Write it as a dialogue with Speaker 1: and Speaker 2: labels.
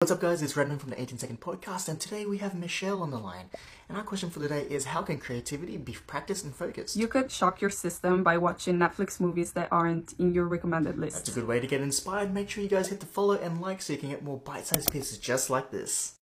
Speaker 1: What's up, guys? It's Redman from the 18 Second Podcast, and today we have Michelle on the line. And our question for today is How can creativity be practiced and focused?
Speaker 2: You could shock your system by watching Netflix movies that aren't in your recommended
Speaker 1: That's
Speaker 2: list.
Speaker 1: a good way to get inspired. Make sure you guys hit the follow and like so you can get more bite sized pieces just like this.